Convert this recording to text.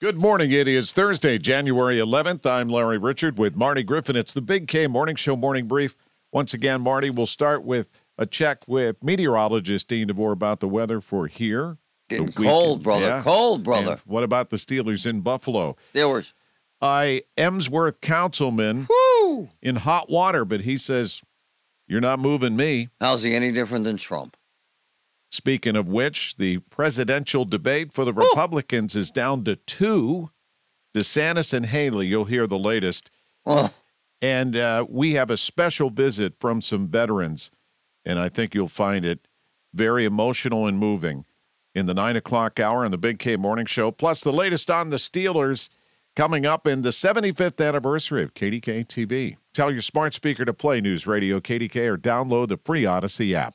Good morning. It is Thursday, January 11th. I'm Larry Richard with Marty Griffin. It's the Big K Morning Show Morning Brief. Once again, Marty, we'll start with a check with meteorologist Dean DeVore about the weather for here. the Getting weekend. cold, brother. Yeah. Cold, brother. And what about the Steelers in Buffalo? there was. I Emsworth Councilman Woo! in hot water, but he says, You're not moving me. How's he any different than Trump? Speaking of which, the presidential debate for the Republicans is down to two DeSantis and Haley. You'll hear the latest. Oh, And uh, we have a special visit from some veterans, and I think you'll find it very emotional and moving in the nine o'clock hour on the Big K Morning Show. Plus, the latest on the Steelers coming up in the 75th anniversary of KDK TV. Tell your smart speaker to play News Radio KDK or download the free Odyssey app.